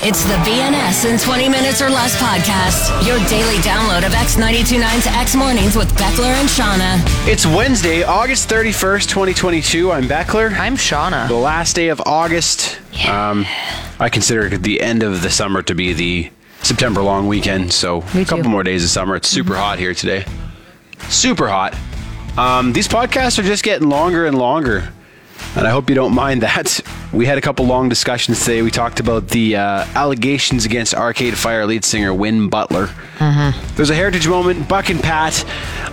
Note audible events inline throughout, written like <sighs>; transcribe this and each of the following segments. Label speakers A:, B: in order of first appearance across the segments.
A: It's the BNS in 20 Minutes or Less podcast, your daily download of X929's X Mornings with Beckler and Shauna.
B: It's Wednesday, August 31st, 2022. I'm Beckler.
C: I'm
B: The
C: Shauna.
B: last day of August. Um, I consider the end of the summer to be the September long weekend, so a couple
C: Me too. Mm-hmm.
B: more days of summer. It's super hot here today. Super hot. Um, these podcasts are just getting longer and longer, and I hope you don't mind that. We had a couple long discussions today. We talked about the uh, allegations against Arcade Fire lead singer Win Butler. There's a heritage moment, Buck and Pat,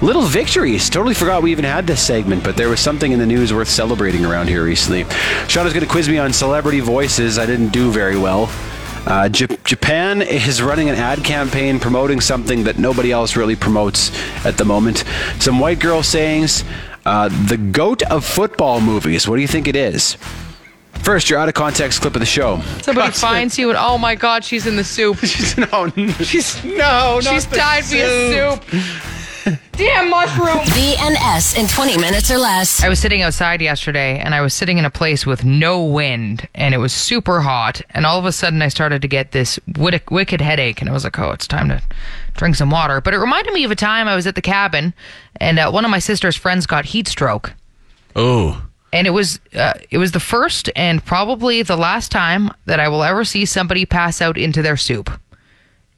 B: little victories. Totally forgot we even had this segment, but there was something in the news worth celebrating around here recently. Shauna's going to quiz me on celebrity voices. I didn't do very well. Uh, J- Japan is running an ad campaign promoting something that nobody else really promotes at the moment. Some white girl sayings, uh, the goat of football movies. What do you think it is? First, your out of context clip of the show.
C: Somebody finds you and oh my god, she's in the soup.
B: no, she's no, not
C: she's
B: the
C: died via soup. Damn mushroom.
A: BNS in 20 Minutes or Less.
C: I was sitting outside yesterday and I was sitting in a place with no wind and it was super hot and all of a sudden I started to get this wid- wicked headache and I was like, oh, it's time to drink some water. But it reminded me of a time I was at the cabin and uh, one of my sister's friends got heat stroke.
D: Oh,
C: and it was uh, it was the first and probably the last time that I will ever see somebody pass out into their soup.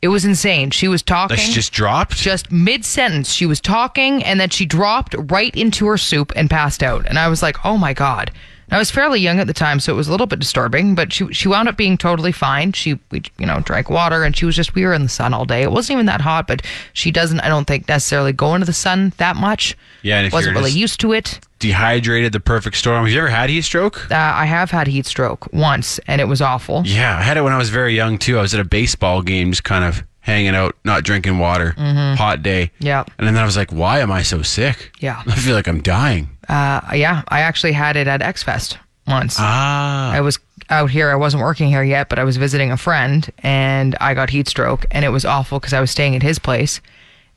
C: It was insane. She was talking
D: like she just dropped.
C: just mid sentence. She was talking and then she dropped right into her soup and passed out. And I was like, oh my god. And I was fairly young at the time, so it was a little bit disturbing. But she she wound up being totally fine. She we, you know drank water and she was just we were in the sun all day. It wasn't even that hot, but she doesn't I don't think necessarily go into the sun that much.
D: Yeah, and if
C: wasn't
D: you're
C: really
D: just-
C: used to it.
D: Dehydrated, the perfect storm. Have you ever had heat stroke?
C: Uh, I have had heat stroke once, and it was awful.
D: Yeah, I had it when I was very young too. I was at a baseball game, just kind of hanging out, not drinking water. Hot day.
C: Mm-hmm. Yeah.
D: And then I was like, why am I so sick?
C: Yeah.
D: <laughs> I feel like I'm dying.
C: Uh, yeah, I actually had it at X Fest once.
D: Ah.
C: I was out here. I wasn't working here yet, but I was visiting a friend, and I got heat stroke, and it was awful because I was staying at his place,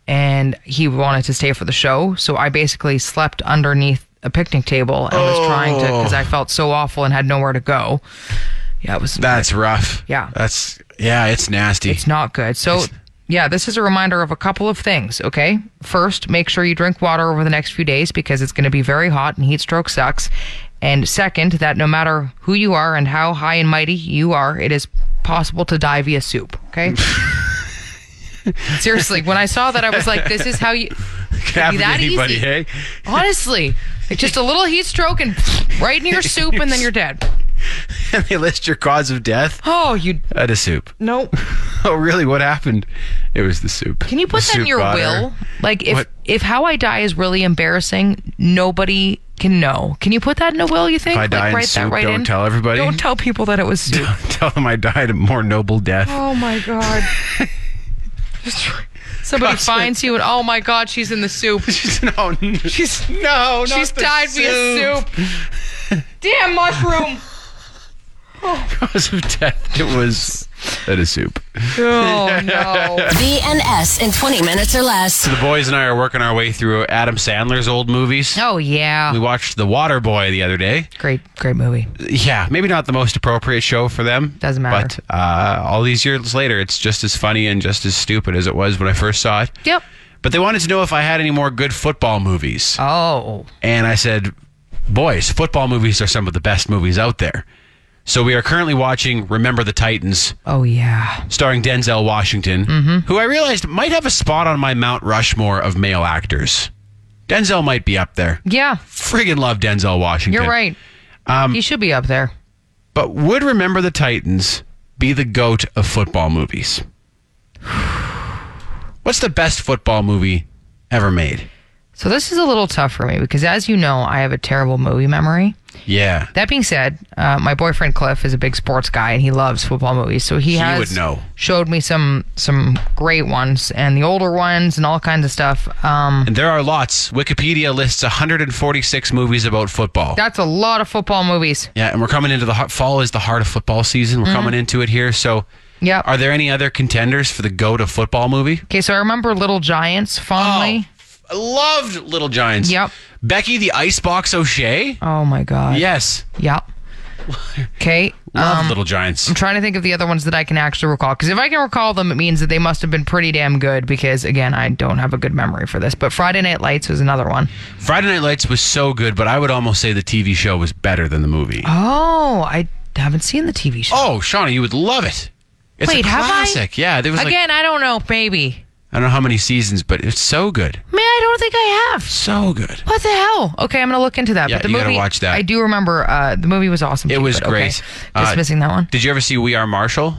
C: and he wanted to stay for the show, so I basically slept underneath a picnic table and was trying to because I felt so awful and had nowhere to go. Yeah, it was
D: That's rough.
C: Yeah.
D: That's yeah, it's nasty. <laughs>
C: It's not good. So, yeah, this is a reminder of a couple of things, okay? First, make sure you drink water over the next few days because it's going to be very hot and heat stroke sucks. And second, that no matter who you are and how high and mighty you are, it is possible to die via soup, okay? Seriously, when I saw that, I was like, this is how you.
D: Can happen
C: be
D: to
C: that
D: anybody,
C: easy.
D: hey? <laughs>
C: Honestly, it's just a little heat stroke and right in your soup, and then you're dead.
D: And they list your cause of death
C: Oh, you.
D: at a soup. <laughs>
C: Nope.
D: Oh really? What happened? It was the soup.
C: Can you put
D: The
C: that in
D: soup
C: your
D: got her.
C: will? Like if
D: What?
C: if how I die is really embarrassing, nobody can know. Can you put that in a will? You think?
D: If I die
C: like
D: in
C: write
D: soup, don't
C: in?
D: tell everybody.
C: Don't tell people that it was soup.
D: <laughs> Tell them I died a more noble death. <laughs>
C: oh my god. Somebody
D: Gosh,
C: finds you and oh my god, she's in
D: <laughs>
C: the soup.
D: no, she's no, not
C: She's
D: the
C: died via soup.
D: <laughs>
C: Damn mushroom.
D: Cause of death. It was at a soup.
C: Oh no.
A: BNS in 20 Minutes or Less.
D: The boys and I are working our way through Adam Sandler's old movies.
C: Oh
D: We
C: yeah.
D: watched The Water Boy the other day.
C: Great great movie.
D: Yeah, maybe not the most appropriate show for them.
C: Doesn't matter.
D: But uh, all these years later, it's just as funny and just as stupid as it was when I first saw it.
C: Yep.
D: But they wanted to know if I had any more good football movies.
C: Oh.
D: And I said, Boys, football movies are some of the best movies out there. So we are currently watching Remember the Titans,
C: Oh yeah.
D: starring Denzel Washington,
C: Mm-hmm.
D: who I realized might have a spot on my Mount Rushmore of male actors. Denzel might be up there.
C: Yeah.
D: Friggin' love Denzel Washington.
C: You're right.
D: Um,
C: he should be up there.
D: But would Remember the Titans be the goat of football movies? <sighs> What's the best football movie ever made?
C: So this is a little tough for me because, as you know, I have a terrible movie memory.
D: Yeah.
C: That being said, uh, my boyfriend Cliff is a big sports guy and he loves football movies. So he, has
D: would know.
C: showed me some some great ones and the older ones and all kinds of stuff. Um,
D: And there are lots. Wikipedia lists 146 movies about football.
C: that's a lot of football movies.
D: Yeah, and we're coming into the heart, fall is the heart of football season. We're coming into it here. So,
C: Yep.
D: are there any other contenders for the goat of football movie?
C: Okay, so I remember Little Giants fondly.
D: I loved Little Giants.
C: Yep.
D: Becky the Icebox O'Shea.
C: Oh, my god.
D: Yes.
C: Yep.
D: <laughs>
C: Okay.
D: Love Little Giants.
C: I'm trying to think of the other ones that I can actually recall. Because if I can recall them, it means that they must have been pretty damn good. Because again, I don't have a good memory for this. But Friday Night Lights was another one.
D: Friday Night Lights was so good, but I would almost say the TV show was better than the movie.
C: Oh, I haven't seen the TV show.
D: Oh, Shauna, you would love it. It's
C: Wait,
D: a
C: have I?
D: classic. Yeah, there was like
C: again, I don't know. Maybe.
D: I don't know how many seasons, but it's so good.
C: Man, I don't think I have.
D: So good.
C: What the hell? Okay, I'm gonna look into that.
D: Yeah,
C: but the
D: you gotta
C: movie,
D: watch that.
C: I do remember. Uh, the movie was awesome.
D: It
C: too,
D: was
C: but okay.
D: great.
C: Just
D: Uh,
C: missing that one.
D: Did you ever see We Are Marshall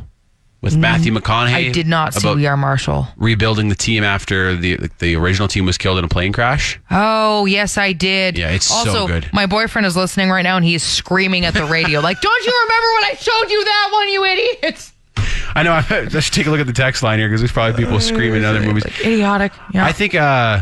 D: with Matthew McConaughey?
C: Mm, I did not see
D: Uh, about
C: We Are Marshall.
D: rebuilding the team after the the original team was killed in a plane crash.
C: Oh yes, I did.
D: Yeah, it's so
C: also,
D: good.
C: My boyfriend is listening right now, and he is screaming at the radio, like, "Don't you remember when I showed you that one, you idiots!"
D: I know. <laughs> Let's take a look at the text line here because there's probably people screaming in other movies.
C: Like, idiotic. Yeah,
D: I think uh,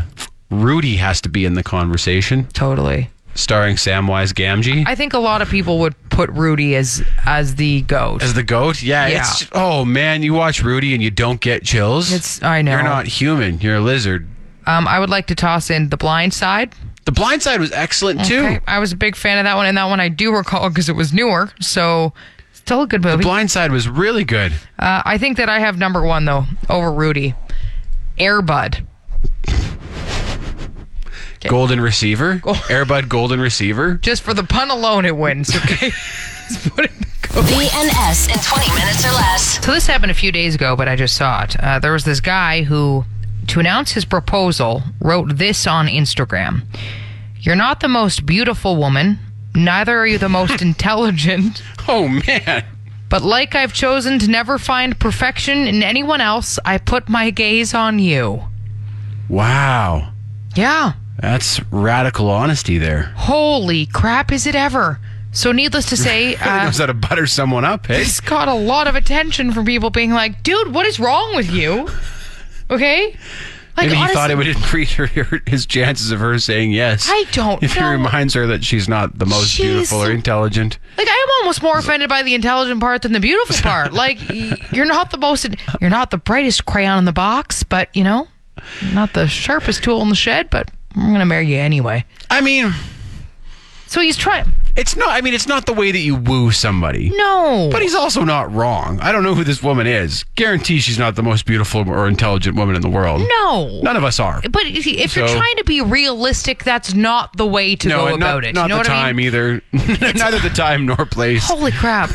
D: Rudy has to be in the conversation,
C: totally.
D: starring Samwise Gamgee
C: I think a lot of people would put Rudy as as the goat.
D: as the goat. Yeah,
C: Yeah.
D: It's, oh man, you watch Rudy and you don't get chills.
C: It's- I know.
D: You're not human. You're a lizard.
C: um, I would like to toss in The Blind Side.
D: The Blind Side was excellent too.
C: Okay, I was a big fan of that one, and that one I do recall because it was newer. So, still a good
D: The
C: movie.
D: Blind Side was really good.
C: uh, I think that I have number one though over Rudy, Airbud.
D: Golden Receiver, <laughs> Airbud Golden Receiver.
C: Just for the pun alone, it wins.
D: <laughs>
C: Okay. Let's put it in the goat.
A: BNS in 20 minutes or less.
C: So this happened a few days ago, but I just saw it. Uh, there was this guy who, to announce his proposal, wrote this on Instagram: "You're not the most beautiful woman, neither are you the most intelligent."
D: Oh man.
C: But like I've chosen to never find perfection in anyone else, I put my gaze on you.
D: Wow.
C: Yeah.
D: That's radical honesty there.
C: Holy crap, is it ever? So, needless to say,
D: Really
C: uh,
D: knows how to butter someone up, hey?
C: this got a lot of attention from people being like, dude, what is wrong with you? Okay? Like,
D: Maybe he thought
C: honestly,
D: it would increase her, her- his chances of her saying yes.
C: I don't
D: If
C: know.
D: he reminds her that she's not the most
C: She's-
D: beautiful or intelligent.
C: Like, I am almost more offended by the intelligent part than
D: <laughs>
C: the beautiful part. Like, y- you're not the most, you're not the brightest crayon in the box, but, you know, not the sharpest tool in the shed, but I'm going to marry you anyway.
D: I mean,
C: So he's trying.
D: it's not. I mean, it's not the way that you woo somebody.
C: No.
D: But he's also not wrong. I don't know who this woman is. Guarantee she's not the most beautiful or intelligent woman in the world.
C: No.
D: None of us are.
C: But if you- if you're
D: So-
C: trying to be realistic, that's not the way to
D: no,
C: go
D: and not,
C: about it.
D: Not
C: you know
D: the
C: what
D: time
C: I mean?
D: either. <laughs> Neither the time nor
C: <laughs>
D: place.
C: Holy crap.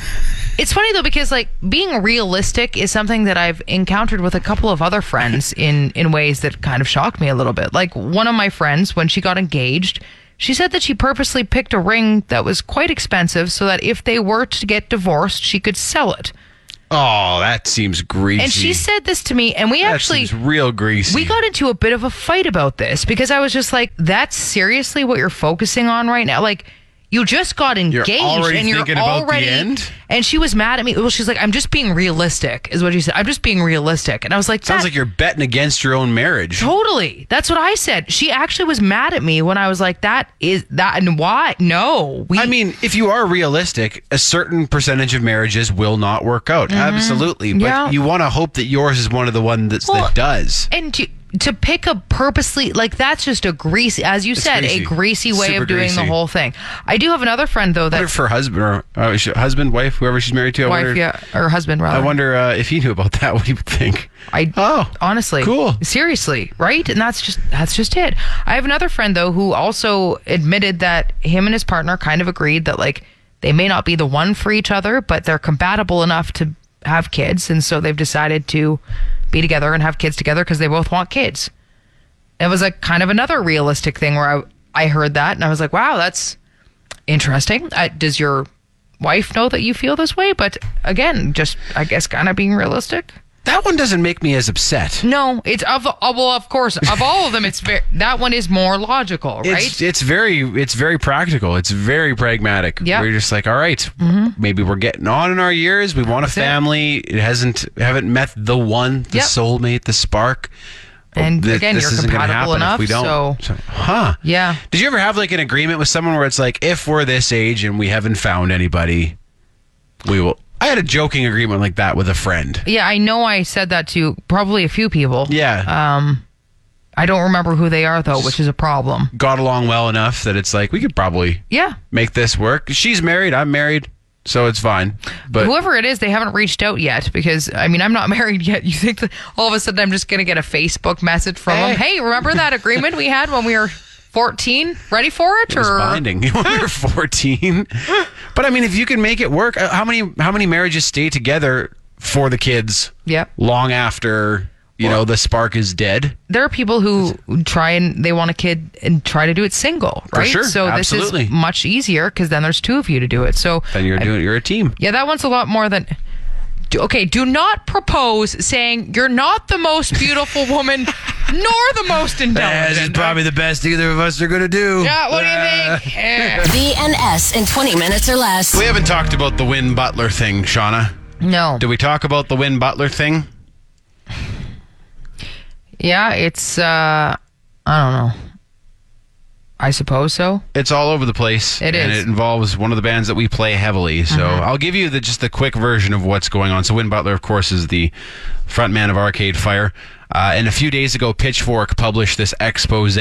C: It's funny though because like being realistic is something that I've encountered with a couple of other friends
D: <laughs>
C: in in ways that kind of shocked me a little bit. Like one of my friends when she got engaged, she said that she purposely picked a ring that was quite expensive so that if they were to get divorced, she could sell it.
D: Oh, that seems greasy.
C: And she said this to me and we
D: that
C: actually
D: seems real greasy.
C: We got into a bit of a fight about this because I was just like, that's seriously what you're focusing on right now? Like, you just got engaged
D: already
C: and you're
D: thinking about the
C: already.
D: end?
C: And she was mad at me. Well, she's like, I'm just being realistic, is what she said. I'm just being realistic. And I was like,
D: Sounds
C: that-
D: like you're betting against your own marriage.
C: Totally. That's what I said. She actually was mad at me when I was like, that is that and why? No. We,
D: I mean, if you are realistic, a certain percentage of marriages will not work out. Absolutely. But
C: Mm-hmm. Yeah.
D: you want to hope that yours is one of the one that's,
C: Well,
D: that does.
C: and to to pick a purposely like that's just a greasy as you said
D: greasy.
C: a greasy way
D: Super
C: of doing the
D: greasy.
C: whole thing i do have another friend though
D: I wonder
C: that
D: if her husband or uh, sh- husband, wife, whoever she's married to, I
C: wife
D: wonder,
C: yeah or husband rather
D: I wonder uh, if he knew about that, <laughs> what he would think.
C: I
D: Oh,
C: honestly,
D: cool.
C: seriously, right? And that's just that's just it. I have another friend though who also admitted that him and his partner kind of agreed that like they may not be the one for each other, but they're compatible enough to have kids, and so they've decided to be together and have kids together because they both want kids. It was like kind of another realistic thing where I I heard that and I was like, wow, that's interesting. Uh, does your wife know that you feel this way? But again, just I guess kind of being realistic.
D: That one doesn't make me as upset.
C: No, it's of uh, well, of course, of all of them, it's very, that one is more logical, right?
D: It's, it's very it's very practical. It's very pragmatic.
C: Yeah. Mm-hmm.
D: We're just like, all right, maybe we're getting on in our years. We want a
C: it.
D: family. It hasn't haven't met the one, the
C: Yep.
D: soulmate, the spark.
C: And again, you're
D: isn't gonna happen
C: compatible
D: if
C: enough,
D: we don't.
C: so-
D: huh?
C: Yeah.
D: Did you ever have like an agreement with someone where it's like, if we're this age and we haven't found anybody, we will. I had a joking agreement like that with a friend.
C: yeah, I know I said that to probably a few people. Um,
D: Yeah,
C: I don't remember who they are though, which is a problem.
D: got along well enough that it's like we could probably
C: Yeah,
D: make this work. She's married. I'm married. so it's fine. But
C: Whoever it is, they haven't reached out yet because I mean I'm not <laughs> married yet. You think that all of a sudden I'm just gonna get a Facebook message from them? Hey, remember that agreement we had when we were 14? Ready for it?
D: It's
C: or
D: binding <laughs> when
C: <laughs>
D: we were 14. But I mean, if you can make it work, uh, how many how many marriages stay together for the kids?
C: Yep.
D: Long after you know the spark is dead.
C: there are people who try and they want a kid and try to do it single, right?
D: sure.
C: So
D: Absolutely.
C: this is much easier because then there's two of you to do it. So
D: Then you're
C: I-
D: doing you're a team.
C: yeah, that one's a lot more than. Do- Okay, do not propose saying you're not the most
D: <laughs>
C: beautiful woman nor the most intelligent.
D: the best either of us are gonna do. Uh,
C: yeah, what do
D: <laughs>
C: you think? Eh.
A: BNS in 20 minutes or less.
D: We haven't talked about the Win Butler thing, Shauna.
C: No.
D: Did we talk about the Win Butler thing?
C: Yeah, it's uh I don't know. I suppose so.
D: It's all over the place.
C: It
D: and
C: is. Uh-huh.
D: it involves one of the bands that we play heavily. So I'll give you the just the quick version of what's going on. So Win Butler, of course, is the frontman of Arcade Fire. Uh, and a few days ago, Pitchfork published this expose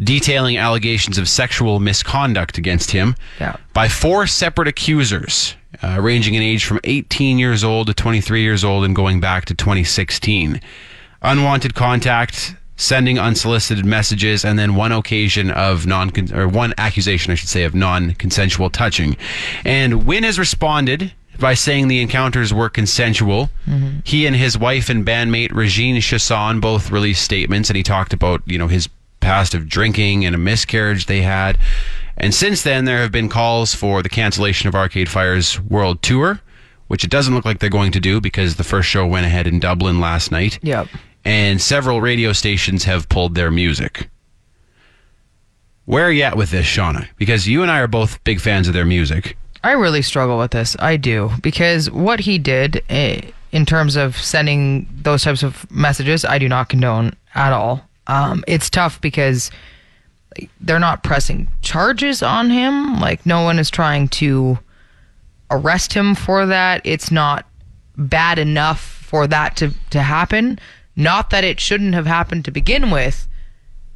D: detailing allegations of sexual misconduct against him
C: Yeah.
D: by four separate accusers, uh, ranging in age from 18 years old to 23 years old and going back to 2016. Unwanted contact, sending unsolicited messages, and then one occasion of non or one accusation, I should say, of non-consensual touching. And Wynn has responded by saying the encounters were consensual. He and his wife and bandmate Regine Chasson both released statements, and he talked about you know his past of drinking and a miscarriage they had. And since then, there have been calls for the cancellation of Arcade Fire's world tour, which it doesn't look like they're going to do because the first show went ahead in Dublin last night.
C: Yep.
D: And several radio stations have pulled their music. Where are you at with this, Shauna? Because you and I are both big fans of their music.
C: I really struggle with this. I do because what he did eh, in terms of sending those types of messages, I do not condone at all. Um, it's tough because they're not pressing charges on him. Like no one is trying to arrest him for that. It's not bad enough for that to to happen. Not that it shouldn't have happened to begin with.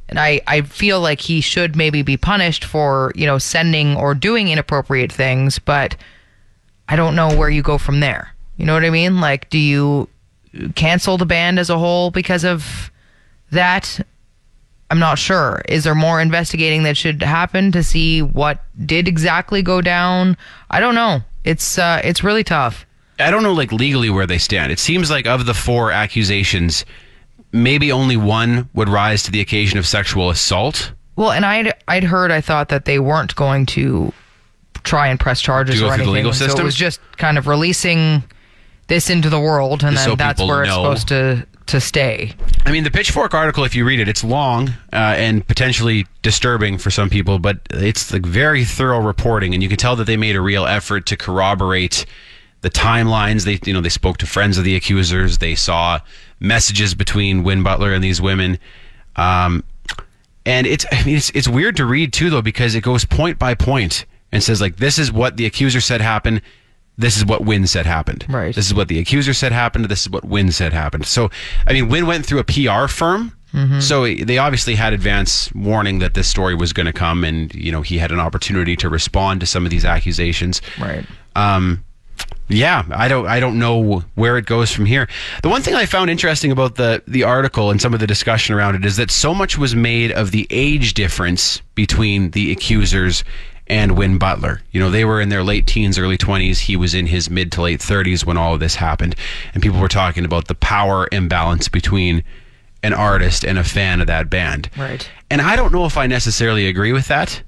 C: And I, I feel like he should maybe be punished for, you know, sending or doing inappropriate things, but I don't know where you go from there. You know what I mean? Like, do you cancel the band as a whole because of that? I'm not sure. Is there more investigating that should happen to see what did exactly go down? I don't know. It's uh, it's really tough.
D: I don't know, like legally, where they stand. It seems like of the four accusations, maybe only one would rise to the occasion of sexual assault.
C: Well, and I'd I'd heard I thought that they weren't going to try and press charges
D: To go
C: or
D: through
C: anything.
D: the legal
C: So it
D: system?
C: was just kind of releasing this into the world, and
D: Just
C: then
D: so
C: that's
D: people
C: where it's
D: know.
C: supposed to to stay.
D: I mean, the Pitchfork article, if you read it, it's long uh, and potentially disturbing for some people, but it's like very thorough reporting, and you can tell that they made a real effort to corroborate the timelines. They, you know, they spoke to friends of the accusers. They saw messages between Win Butler and these women. Um, and it's I mean it's it's weird to read too though because it goes point by point and says like this is what the accuser said happened, this is what Wynn said happened.
C: Right.
D: This is what the accuser said happened. This is what Wynn said happened. So I mean Wynn went through a PR firm. So they obviously had advance warning that this story was going to come, and you know he had an opportunity to respond to some of these accusations.
C: Right.
D: Um, yeah, I don't I don't know where it goes from here. The one thing I found interesting about the the article and some of the discussion around it is that so much was made of the age difference between the accusers and Win Butler. You know, they were in their late teens, early 20s, he was in his mid to late 30s when all of this happened, and people were talking about the power imbalance between an artist and a fan of that band.
C: Right.
D: And I don't know if I necessarily agree with that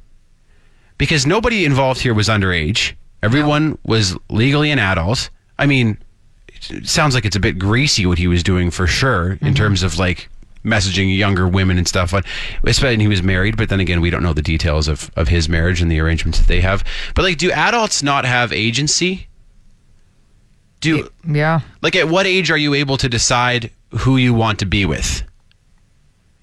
D: because nobody involved here was underage. Everyone was legally an adult. I mean, it sounds like it's a bit greasy what he was doing for sure in terms of like messaging younger women and stuff. But especially and he was married, but then again, we don't know the details of of his marriage and the arrangements that they have. But like, do adults not have agency? Do
C: Yeah.
D: like at what age are you able to decide who you want to be with?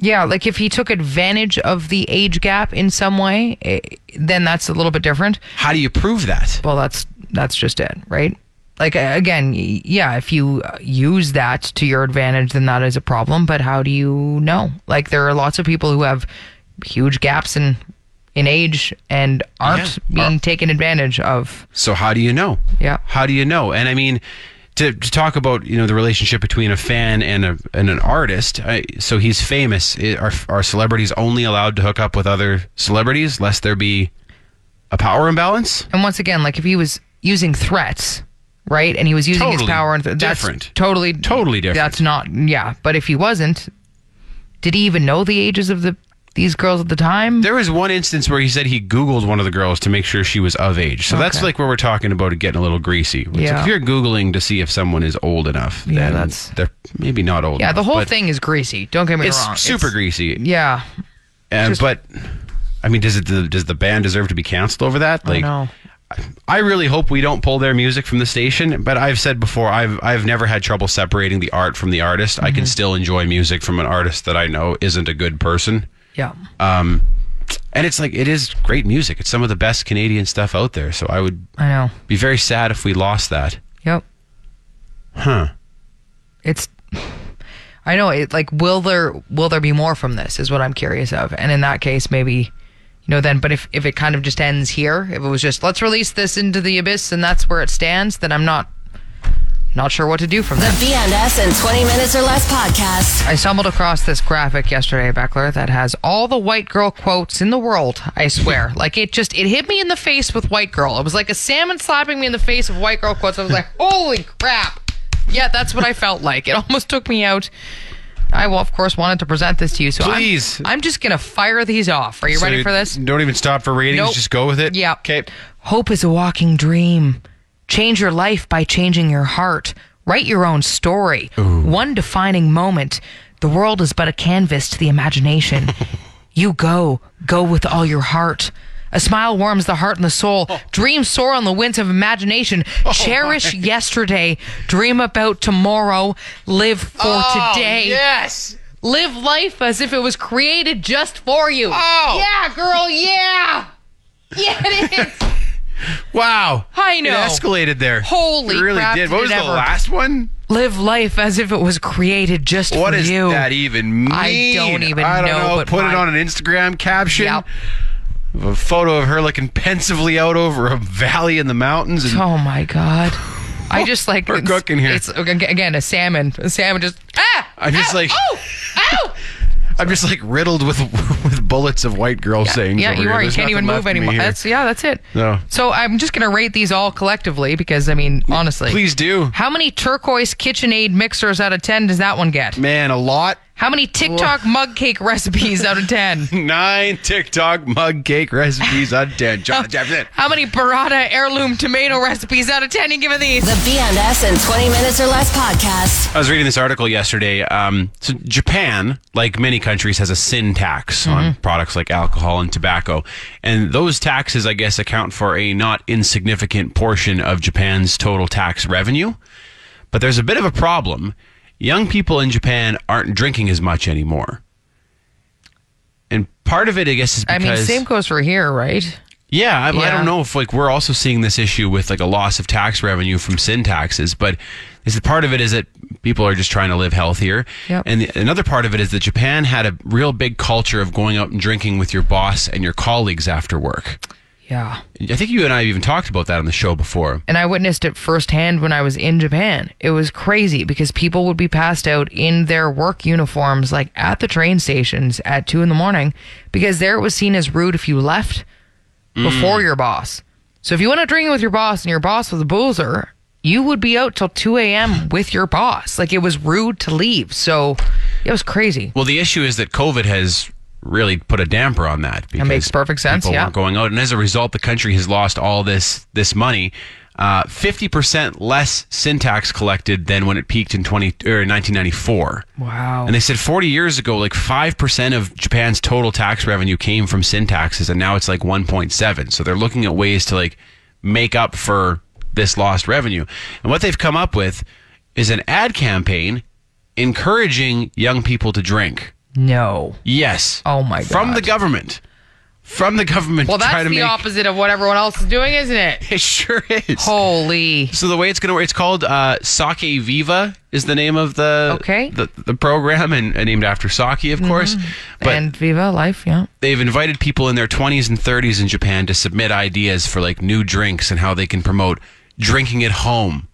C: Yeah, like if he took advantage of the age gap in some way, eh, then that's a little bit different.
D: How do you prove that?
C: well that's that's just it right like a- again y- yeah if you uh, use that to your advantage then that is a problem but how do you know like there are lots of people who have huge gaps in in age and aren't
D: Yeah.
C: being taken advantage of.
D: So how do you know?
C: Yeah.
D: How do you know? And I mean, to, to talk about you know the relationship between a fan and a and an artist. I, so he's famous. I- Are are celebrities only allowed to hook up with other celebrities lest there be a power imbalance?
C: And once again, like if he was using threats, right, and he was using his
D: Totally
C: power and th- that's
D: different.
C: totally,
D: Totally different.
C: That's not, yeah. But if he wasn't, did he even know the ages of the these girls at the time?
D: There was one instance where he said he Googled one of the girls to make sure she was of age. So that's
C: Okay.
D: like where we're talking about it getting a little greasy. It's like
C: Yeah.
D: If you're Googling to see if someone is old enough,
C: Yeah,
D: then
C: that's-
D: they're maybe not old
C: yeah,
D: enough.
C: the whole
D: but
C: thing is greasy. Don't get me
D: It's
C: wrong.
D: super greasy.
C: Yeah,
D: Uh,
C: Just-
D: but I mean, does it does the band deserve to be canceled over that?
C: I
D: Like,
C: know.
D: I really hope we don't pull their music from the station. But I've said before, I've I've never had trouble separating the art from the artist. I
C: Mm-hmm.
D: can still enjoy music from an artist that I know isn't a good person.
C: Yeah.
D: Um, and it's like it is great music. It's some of the best Canadian stuff out there. So I would
C: I know.
D: be very sad if we lost that.
C: Yep.
D: Huh.
C: It's I know it like will there will there be more from this is what I'm curious of. And in that case maybe you know then but if if it kind of just ends here, if it was just let's release this into the abyss and that's where it stands, then I'm not not sure what to do from
A: The
C: there.
A: BNS and 20 Minutes or Less podcast.
C: I stumbled across this graphic yesterday, Beckler, that has all the white girl quotes in the world. I swear, like it just it hit me in the face with white girl. It was like a salmon slapping me in the face of white girl quotes. I was like, holy crap! Yeah, that's what I felt like. It almost took me out. I well, of course, wanted to present this to you, so I'm-
D: Please.
C: I'm, just gonna fire these off. Are you ready for this?
D: Don't even stop for ratings.
C: Nope.
D: Just go with it.
C: Yeah.
D: Okay.
C: Hope is a walking dream. Change your life by changing your heart. Write your own story. One defining moment. The world is but a canvas to the imagination. you go, go with all your heart. A smile warms the heart and the soul. Dreams soar on the winds of imagination. Cherish yesterday. Dream about tomorrow. Live for
D: Oh,
C: today.
D: Yes.
C: Live life as if it was created just for you.
D: Oh.
C: Yeah, girl, yeah. Yeah, it is.
D: Wow.
C: I know.
D: It escalated there.
C: Holy
D: It really
C: crap,
D: did. What
C: did
D: was
C: it
D: the
C: ever.
D: last one?
C: live life as if it was created just
D: What
C: for
D: does
C: you.
D: that even mean?
C: I don't even
D: I don't
C: know,
D: know.
C: but
D: Put
C: my-
D: it on an Instagram caption.
C: Yep.
D: A photo of her looking pensively out over a valley in the mountains. And
C: Oh my god.
D: <laughs>
C: I just like
D: We're
C: it's-
D: cooking here.
C: It's ag- again a salmon. A salmon just ah.
D: I'm just
C: ow,
D: like-
C: oh, ow.
D: I'm just like riddled with <laughs> with bullets of white girl sayings.
C: Yeah,
D: over
C: you
D: here.
C: are. You
D: There's
C: can't even
D: nothing left
C: move
D: for me
C: anymore.
D: here.
C: That's yeah. That's it.
D: No.
C: So I'm just gonna rate these all collectively because I mean honestly.
D: Please do.
C: How many turquoise KitchenAid mixers out of ten does that one get?
D: Man, a lot. <laughs>
C: How many TikTok mug cake recipes out of ten?
D: Nine TikTok mug cake recipes on 10.
C: <laughs>
D: John Jefferson.
C: How many burrata heirloom tomato recipes out of ten you giving these?
A: The BNS and 20 Minutes or Less podcast.
D: I was reading this article yesterday. Um, so Japan, like many countries, has a sin tax on
C: Mm-hmm.
D: products like alcohol and tobacco, and those taxes, I guess, account for a not insignificant portion of Japan's total tax revenue. But there's a bit of a problem. Young people in Japan aren't drinking as much anymore, and part of it, I guess, is
C: I
D: because
C: mean, same goes for here, right?
D: yeah, I, I
C: Yeah.
D: don't know if like we're also seeing this issue with like a loss of tax revenue from sin taxes, but is the part of it is that people are just trying to live healthier,
C: Yep.
D: and the, another part of it is that Japan had a real big culture of going out and drinking with your boss and your colleagues after work.
C: Yeah.
D: I think you and I have even talked about that on the show before.
C: And I witnessed it firsthand when I was in Japan. It was crazy because people would be passed out in their work uniforms, like at the train stations at two in the morning, because there it was seen as rude if you left before your boss. So if you went out drinking with your boss and your boss was a boozer, you would be out till 2 a.m. with your boss. Like it was rude to leave. So it was crazy.
D: Well, the issue is that COVID has really put a damper on that. Because
C: makes perfect sense,
D: People
C: yeah.
D: weren't going out, and as a result, the country has lost all this this money. Uh, Fifty percent less syntax collected than when it peaked in twenty or nineteen ninety four.
C: Wow.
D: And they said forty years ago, like five percent of Japan's total tax revenue came from sin taxes, and now it's like one point seven. So they're looking at ways to like make up for this lost revenue. And what they've come up with is an ad campaign encouraging young people to drink.
C: No.
D: Yes.
C: Oh my
D: From
C: God.
D: the government.
E: from the government
C: Well,
E: to try
C: that's
E: to
C: the
E: make
D: <laughs>
C: opposite of what everyone else is doing, isn't it?
E: it sure is.
C: Holy.
E: So the way it's going to work, it's called uh, Sake Viva is the name of the
C: Okay. Mm-hmm.
E: the, the program and, and named after sake, of course. But
C: and Viva Life, yeah.
E: they've invited people in their 20s and 30s in Japan to submit ideas for like new drinks and how they can promote drinking at home.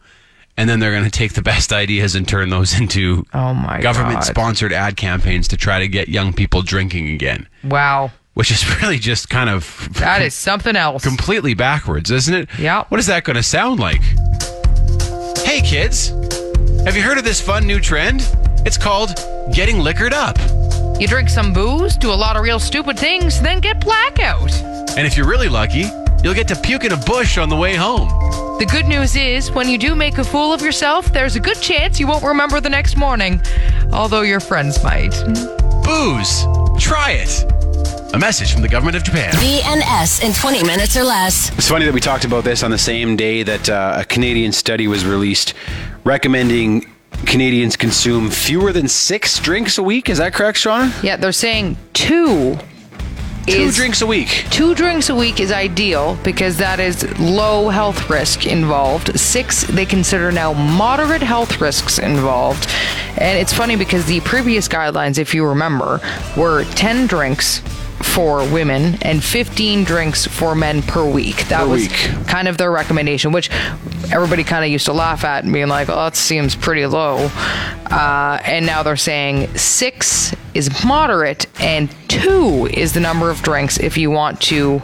E: And then they're going to take the best ideas and turn those into
C: Oh my
E: government
C: God.
E: sponsored ad campaigns to try to get young people drinking again,
C: Wow.
E: which is <laughs> really just kind of
C: That is something else.
E: completely backwards, isn't it?
C: Yeah.
E: What is that going to sound like? Hey, kids, have you heard of this fun new trend? It's called getting liquored up.
C: You drink some booze, do a lot of real stupid things, then get blackout.
E: And if you're really lucky, you'll get to puke in a bush on the way home.
C: The good news is, when you do make a fool of yourself, there's a good chance you won't remember the next morning, although your friends might.
E: Booze, try it. A message from the government of Japan.
A: BNS in 20 minutes or less.
D: It's funny that we talked about this on the same day that uh, a Canadian study was released recommending Canadians consume fewer than six drinks a week. Is that correct, Shauna?
C: Yeah, they're saying two.
D: Two
C: is-
D: drinks a week.
C: Two drinks a week is ideal because that is low health risk involved. Six, they consider now moderate health risks involved. And it's funny because the previous guidelines, if you remember, were 10 drinks for women and 15 drinks for men per week. That
D: Per
C: was
D: week.
C: kind of their recommendation, which everybody kind of used to laugh at and being like, oh, that seems pretty low. Uh, and now they're saying six is moderate and two is the number of drinks if you want to.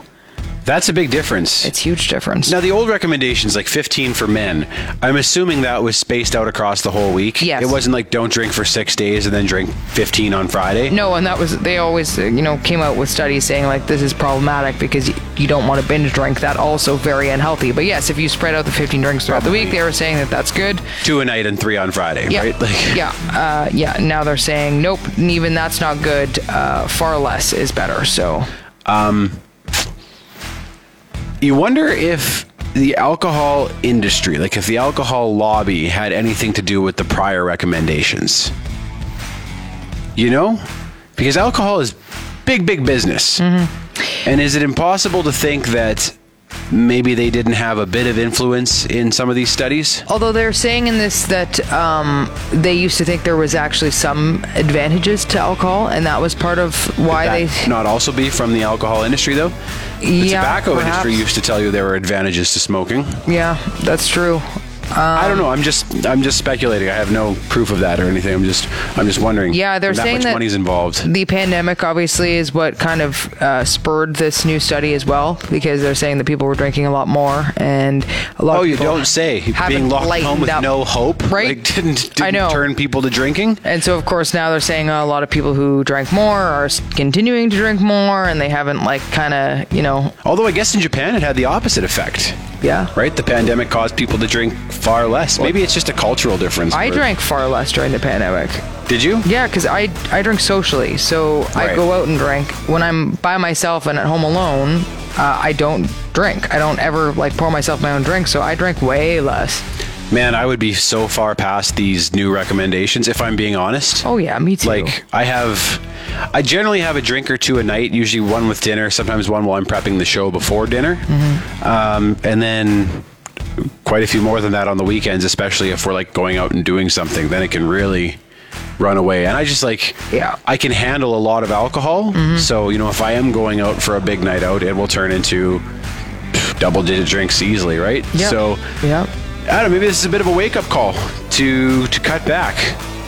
D: That's a big difference.
C: It's huge difference.
D: Now the old recommendations like 15 for men. I'm assuming that was spaced out across the whole week.
C: Yes.
D: It wasn't like don't drink for 6 days and then drink 15 on Friday.
C: No, and that was they always uh, you know came out with studies saying like this is problematic because y- you don't want to binge drink. That also very unhealthy. But yes, if you spread out the 15 drinks throughout the week, they were saying that that's good.
D: Two a night and 3 on Friday,
C: Yeah,
D: right? Like
C: <laughs> yeah, uh, yeah. Now they're saying nope, and even that's not good. Uh, far less is better. So
D: you wonder if the alcohol industry, like if the alcohol lobby had anything to do with the prior recommendations. You know? Because alcohol is big, big business.
C: Mm-hmm.
D: And is it impossible to think that maybe they didn't have a bit of influence in some of these studies?
C: Although they're saying in this that um, they used to think there was actually some advantages to alcohol, and that was part of why
D: that
C: they.
D: not also be from the alcohol industry though? The
C: <laughs> Yeah,
D: tobacco industry
C: perhaps.
D: used to tell you there were advantages to smoking.
C: Yeah, that's true.
D: I don't know. I'm just I'm just speculating. I have no proof of that or anything. I'm just I'm just wondering.
C: Yeah, they're
D: when that
C: saying
D: much
C: that-
D: money's involved.
C: The pandemic obviously is what kind of uh, spurred this new study as well, because they're saying that people were drinking a lot more, and a lot.
D: Oh,
C: of
D: you
C: people
D: don't say.
C: haven't
D: Being locked home
C: lightened
D: with
C: up.
D: no hope,
C: Right?
D: Like, <laughs> didn't didn't
C: I know.
D: turn people to drinking.
C: And so, of course, now they're saying uh, a lot of people who drank more are s- continuing to drink more, and they haven't like kind of you know
D: Although I guess in Japan it had the opposite effect.
C: yeah.
D: Right, the pandemic caused people to drink far less. Maybe it's just a cultural difference.
C: I
D: where-
C: drank far less during the pandemic.
D: Did you?
C: Yeah, because I I drink socially, so
D: Right.
C: I go out and drink. When I'm by myself and at home alone, uh, I don't drink. I don't ever like pour myself my own drink, so I drink way less.
D: Man, I would be so far past these new recommendations if I'm being honest.
C: Oh yeah, me too.
D: Like I have, I generally have a drink or two a night. Usually one with dinner, sometimes one while I'm prepping the show before dinner,
C: Mm-hmm.
D: um, and then quite a few more than that on the weekends, especially if we're like going out and doing something. Then it can really run away. And I just like,
C: Yeah. Mm-hmm.
D: I can handle a lot of alcohol. So you know, if I am going out for a big night out, it will turn into double digit drinks easily, right?
C: Yep.
D: So
C: yep.
D: I don't know. Maybe this is a bit of a wake up call to to cut back.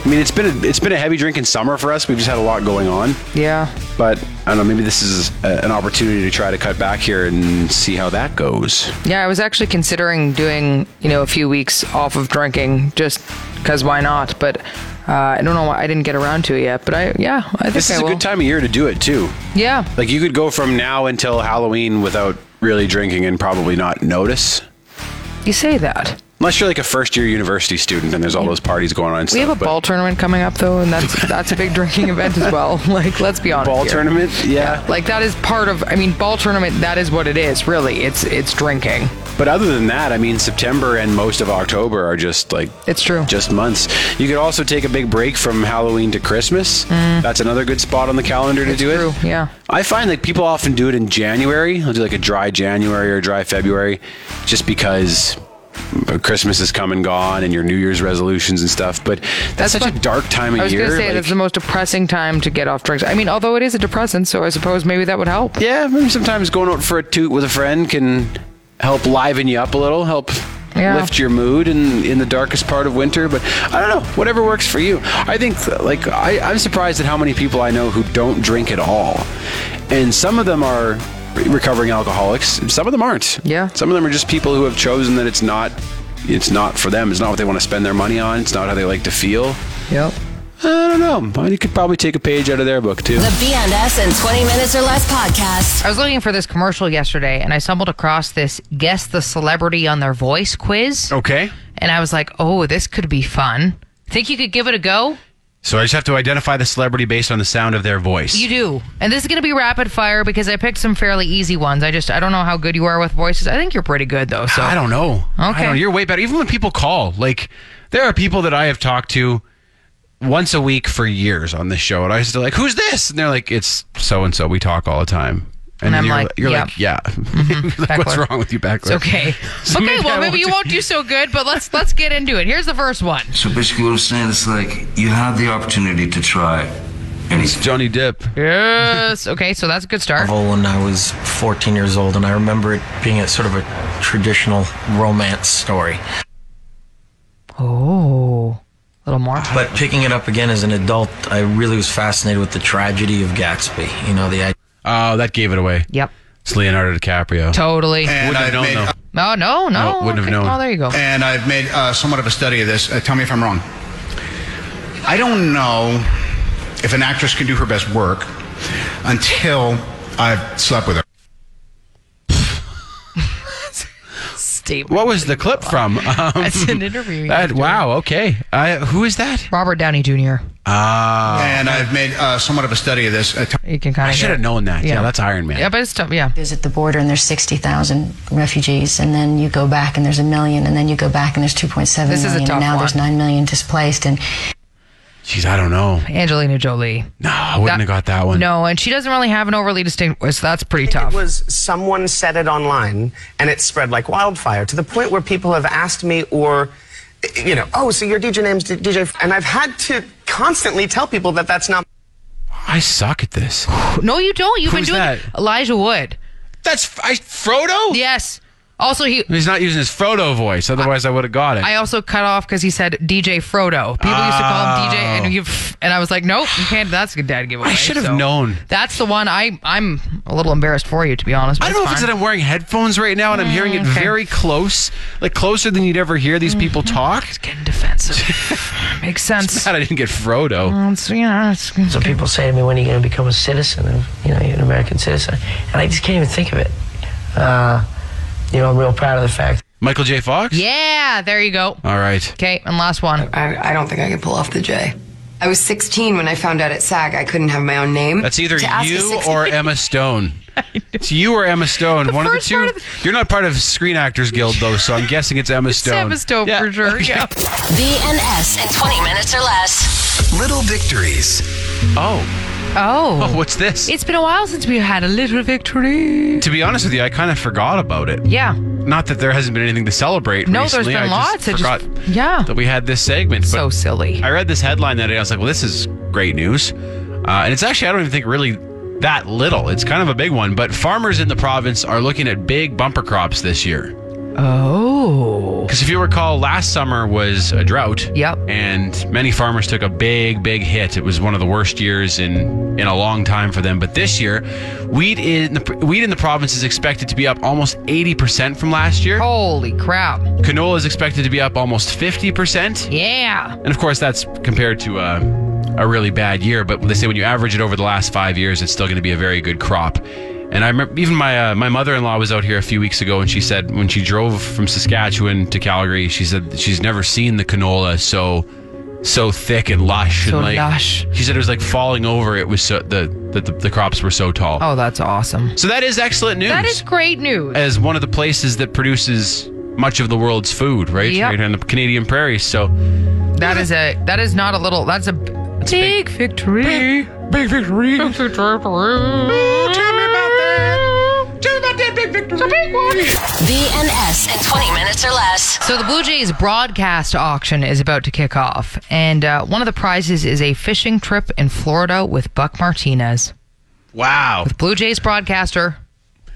D: I mean, it's been a, it's been a heavy drinking summer for us. We've just had a lot going on,
C: Yeah.
D: but I don't know. Maybe this is a, an opportunity to try to cut back here and see how that goes.
C: Yeah, I was actually considering doing, you know, a few weeks off of drinking just because why not? But uh, I don't know why I didn't get around to it yet. But I, yeah, I think
D: This
C: I
D: is a
C: will.
D: good time of year to do it too.
C: Yeah.
D: Like you could go from now until Halloween without really drinking and probably not notice.
C: You say that.
D: Unless you're like a first year university student and there's all those parties going on. And
C: We
D: stuff,
C: have a
D: but-
C: ball tournament coming up though,
D: <laughs>
C: and that's that's a big drinking event as well. <laughs> Like, let's be honest.
D: ball
C: here.
D: tournament. yeah.
C: Like that is part of. I mean, ball tournament. That is what it is. Really, it's it's drinking.
B: But other than that, I mean, September and most of October are just like
C: It's true.
B: just months. You could also take a big break from Halloween to Christmas. That's another good spot on the calendar to do
C: Mm. true,
B: it.
C: yeah.
B: I find like people often do it in January. They'll do like a dry January or a dry February, just because Christmas is come and gone and your New Year's resolutions and stuff. But that's,
C: That's
B: such a
C: what-
B: dark time of
C: I was
B: year.
C: going to say
B: like-
C: that's the most depressing time to get off drugs. I mean, although it is a depressant, so I suppose maybe that would help.
B: yeah, I mean, sometimes going out for a toot with a friend can help liven you up a little, help
C: Yeah.
B: lift your mood in in the darkest part of winter. But I don't know, whatever works for you. I think like I, I'm surprised at how many people I know who don't drink at all, and some of them are recovering alcoholics. and Some of them aren't.
C: Yeah.
B: Some of them are just people who have chosen that it's not it's not for them. It's not what they want to spend their money on. It's not how they like to feel.
C: Yep.
B: I don't know. I mean, you could probably take a page out of their book too.
A: The BNS in 20 Minutes or Less podcast.
C: I was looking for this commercial yesterday and I stumbled across this guess the celebrity on their voice quiz.
D: Okay.
C: And I was like, oh, this could be fun. Think you could give it a go?
D: So I just have to identify the celebrity based on the sound of their voice.
C: You do. And this is going to be rapid fire because I picked some fairly easy ones. I just, I don't know how good you are with voices. I think you're pretty good though. So
D: I don't know. I
C: Okay.
D: don't- you're way better. Even when people call, like there are people that I have talked to once a week for years on this show, and I still like, "Who's this?" And they're like, "It's so and so. We talk all the time."
C: And I'm
D: you're,
C: like,
D: "You're
C: "Yep."
D: like, yeah. <laughs> like, what's
C: Beckler.
D: wrong with you, Beckler?
C: It's okay.
D: <laughs> So
C: okay,
D: maybe I won't
C: well maybe you
D: do-
C: won't do so good, but let's let's get into it. Here's the first one.
F: So basically, what I'm saying is like you have the opportunity to try
D: It's
F: anything.
D: Johnny Depp.
C: Yes. <laughs> Okay, so that's a good start.
G: novel when I was 14 years old, and I remember it being a sort of a traditional romance story.
C: Oh. A little more.
G: But picking it up again as an adult, I really was fascinated with the tragedy of Gatsby. You know, the idea.
D: Oh, that gave it away.
C: Yep.
D: It's Leonardo DiCaprio.
C: Totally.
H: And
D: Wouldn't have
H: I've
D: known,
H: made,
D: though.
C: Oh no, no.
D: No, Eh. wouldn't have
C: okay.
D: known. Eh.
C: Oh, there you go.
H: and I've made uh, somewhat of a study of this. Uh, tell me if I'm wrong. I don't know if an actress can do her best work until I've slept with her.
C: Statement.
D: What was the clip
C: <laughs>
D: from? Um,
C: That's an interview.
D: <laughs>
C: you
D: that-
C: did.
D: wow. Okay. I, who is that?
C: Robert Downey Jr.
D: Oh.
H: and I've made uh, somewhat of a study of this. Uh, tell-
C: You can kind
D: I
C: of
D: should have known that. Yeah.
C: Yeah.
D: that's Iron Man.
C: Yeah, but it's tough. Yeah.
I: is at the border and there's 60,000 refugees and then you go back and there's a million and then you go back and there's 2.7 million
C: This is a tough
I: and now there's
C: one.
I: 9 million displaced and
D: Jeez, I don't know.
C: Angelina Jolie.
D: No, I wouldn't have got that one.
C: No, and she doesn't really have an overly distinct voice. so That's pretty tough.
J: It was someone said it online and it spread like wildfire to the point where people have asked me or, you know, oh, so your DJ name's D- DJ. F-" And I've had to constantly tell people that that's not
D: I suck at this.
C: no, you don't. You've
D: Who's
C: been doing
D: that?
C: Elijah Wood.
D: That's I, Frodo.
C: Yes. Also, he.
D: He's not using his Frodo voice. Otherwise, I, would have got it.
C: I also cut off because he said DJ Frodo. People used to call him DJ, and you and I was like, nope, you can't. That's a good dad giveaway.
D: Oh. I should have
C: So,
D: known.
C: That's the one. I I'm a little embarrassed for you, to be honest. but
D: I don't know if it's
C: fine.
D: that I'm wearing headphones right now and I'm hearing
C: Mm,
D: it very close, like closer than you'd ever hear these people
C: Mm-hmm.
D: talk. <laughs>
C: getting defensive. Makes sense.
D: God, I didn't get Frodo.
C: It's- yeah, it's-
K: So people say to me, "When are you going to become a citizen of, you know, you're an American citizen?" And I just can't even think of it. Uh, you know, I'm real proud of the fact.
D: Michael J. Fox.
C: yeah, there you go.
D: All right.
C: Okay, and last one.
L: I, I don't think I could pull off the J. I was 16 when I found out at SAG I couldn't have my own name.
D: That's either
L: To ask a
D: you
L: 16
C: <laughs>
D: or Emma Stone. It's you or Emma Stone. one of the
C: first
D: two.
C: part of the-
D: You're not part of Screen Actors Guild though, so I'm guessing it's Emma Stone.
C: Sam is dope
D: Yeah.
C: for
D: <laughs>
C: sure. Yeah.
A: BNS in 20 Minutes or Less.
F: Little victories.
D: Oh,
C: Oh.
D: oh, what's this?
C: It's been a while since we had a little victory.
D: to be honest with you, I kind of forgot about it.
C: Yeah.
D: Not that there hasn't been anything to celebrate.
C: No, there's
D: recently.
C: been
D: I
C: lots. I
D: Just
C: just-
D: forgot
C: yeah.
D: that we had this segment.
C: So
D: But
C: silly.
D: I read this headline that day. I was like, "Well, this is great news," uh, and it's actually I don't even think really that little. It's kind of a big one. But farmers in the province are looking at big bumper crops this year.
C: Oh.
D: Because if you recall, last summer was a drought.
C: Yep.
D: And many farmers took a big, big hit. It was one of the worst years in in a long time for them. But this year, wheat in the wheat in the province is expected to be up almost eighty percent from last
C: Oh.
D: year.
C: Holy crap.
D: Canola is expected to be up almost fifty percent.
C: Yeah.
D: And of course, that's compared to uh, a, a really bad year. But they say when you average it over the last five years, it's still going to be a very good crop. And I remember even my uh, my mother in law was out here a few weeks ago, and she said when she drove from Saskatchewan to Calgary, she said that she's never seen the canola so so thick and lush.
C: So
D: and like,
C: lush.
D: She said it was like falling over. It was so the the, the, the crops were so tall.
C: Oh, that's awesome.
D: So that is excellent news.
C: That is great news.
D: as one of the places that produces much of the world's food, right?
C: Yep.
D: Right on the Canadian prairies. So
C: That is a that is not a little. That's a big, victory. Big, victory. Big victory. Tell me about that. Tell me about that big victory. It's a big one.
A: BNS in 20 minutes or less.
C: So the Blue Jays broadcast auction is about to kick off, and uh, one of the prizes is a fishing trip in Florida with Buck Martinez,
D: wow,
C: with Blue Jays broadcaster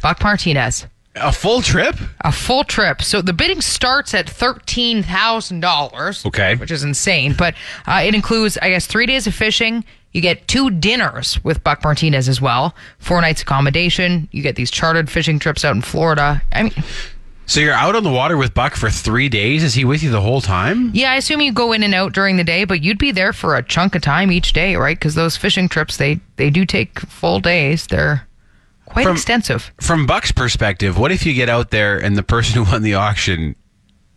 C: Buck Martinez.
D: a full trip.
C: A full trip. So the bidding starts at thirteen thousand dollars.
D: Okay.
C: which is insane. But uh, it includes, I guess, three days of fishing. You get two dinners with Buck Martinez as well. Four nights accommodation. You get these chartered fishing trips out in Florida. I mean,
D: So you're out on the water with Buck for three days. Is he with you the whole time?
C: yeah, I assume you go in and out during the day, but you'd be there for a chunk of time each day, right? Because those fishing trips they they do take full days. They're quite
D: From-
C: extensive.
D: From Buck's perspective, what if you get out there and the person <laughs> who won the auction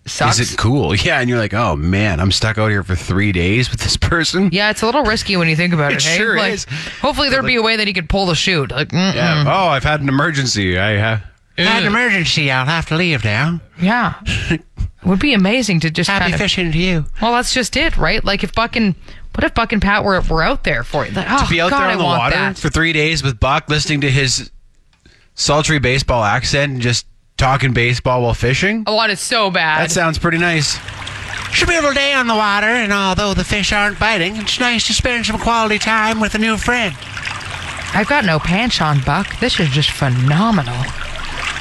C: Sucks.
D: isn't cool? Yeah, and you're like, oh man, I'm stuck out here for three days with this person.
C: Yeah, it's a little risky when you think about it.
D: It
C: hey?
D: sure
C: Like,
D: is.
C: Hopefully, there'd be a way that he could pull the chute. Like, mm, mm-mm.
D: Yeah. Oh, I've had an emergency. I have.
C: Had an
D: emergency. I'll have to leave now.
C: Yeah.
D: <laughs>
C: it would be amazing to just
D: Happy
C: kind of,
D: fishing to you.
C: Well, that's just it, right? Like if Buck and what if Buck and Pat were were out there for you? Like, oh,
D: to be out
C: God,
D: there on
C: I
D: the
C: want
D: water
C: that.
D: for three days with Buck, listening to his sultry baseball accent and just talking baseball while fishing.
C: I want it Oh, so bad.
D: That sounds pretty nice.
M: It's a beautiful day on the water, and although the fish aren't biting, it's nice to spend some quality time with a new friend.
C: I've got no pants on, Buck. This is just phenomenal.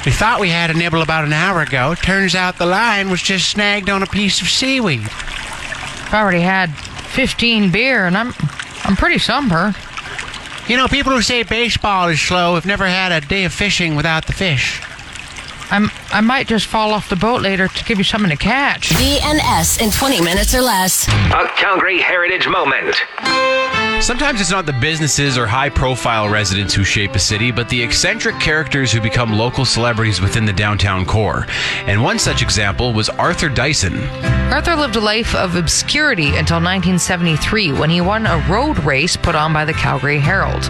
M: We thought we had a nibble about an hour ago. Turns out the line was just snagged on a piece of seaweed.
C: I've already had 15 beer, and I'm I'm pretty sunburned.
M: You know, people who say baseball is slow have never had a day of fishing without the fish.
C: I'm I might just fall off the boat later to give you something to catch.
A: BNS in 20 minutes or less.
N: A Calgary Heritage Moment.
D: Sometimes it's not the businesses or high profile residents who shape a city, but the eccentric characters who become local celebrities within the downtown core. And one such example was Arthur Dyson.
C: Arthur lived a life of obscurity until 1973 when he won a road race put on by the Calgary Herald.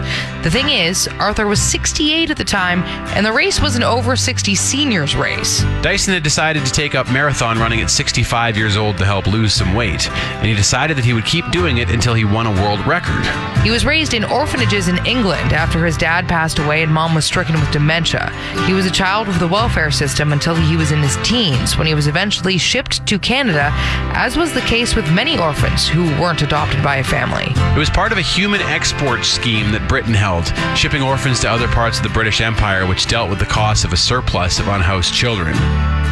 C: The thing is, Arthur was 68 at the time, and the race was an over 60 seniors race.
D: Dyson had decided to take up marathon running at 65 years old to help lose some weight, and he decided that he would keep doing it until he won a world record.
C: He was raised in orphanages in England after his dad passed away and mom was stricken with dementia. He was a child of the welfare system until he was in his teens, when he was eventually shipped to Canada, as was the case with many orphans who weren't adopted by a family.
D: It was part of a human export scheme that Britain held, shipping orphans to other parts of the British Empire, which dealt with the cost of a surplus of unhoused children.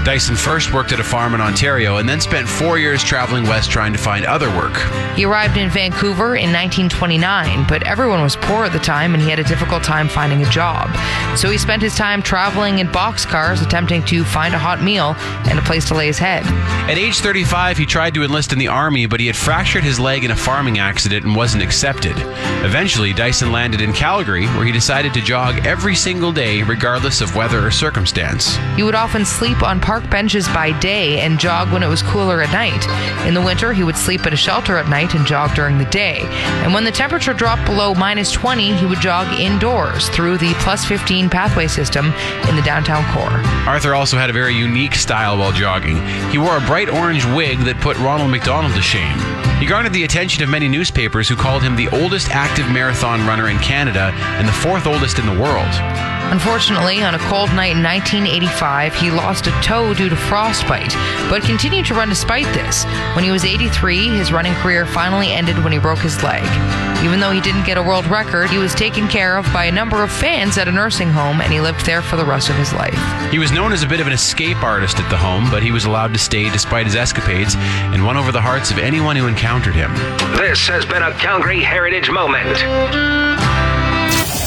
D: Dyson first worked at a farm in Ontario and then spent four years traveling west trying to find other work.
C: He arrived in Vancouver in 1929, but everyone was poor at the time and he had a difficult time finding a job. So he spent his time traveling in boxcars, attempting to find a hot meal and a place to lay his head.
D: At age 35, he tried to enlist in the army, but he had fractured his leg in a farming accident and wasn't accepted. Eventually, Dyson landed in Calgary, where he decided to jog every single day, regardless of weather or circumstance.
C: He would often sleep on park benches by day and jog when it was cooler at night. In the winter, he would sleep at a shelter at night and jog during the day. And when the temperature dropped below minus 20, he would jog indoors through the plus 15 pathway system in the downtown core.
D: Arthur also had a very unique style while jogging. He wore a bright orange wig that put Ronald McDonald to shame. He garnered the attention of many newspapers who called him the oldest active marathon runner in Canada and the fourth oldest in the world.
C: Unfortunately, on a cold night in 1985, he lost a toe due to frostbite, but continued to run despite this. When he was 83, his running career finally ended when he broke his leg. Even though he didn't get a world record, he was taken care of by a number of fans at a nursing home, and he lived there for the rest of his life.
D: He was known as a bit of an escape artist at the home, but he was allowed to stay despite his escapades and won over the hearts of anyone who encountered him.
N: This has been a Calgary Heritage Moment.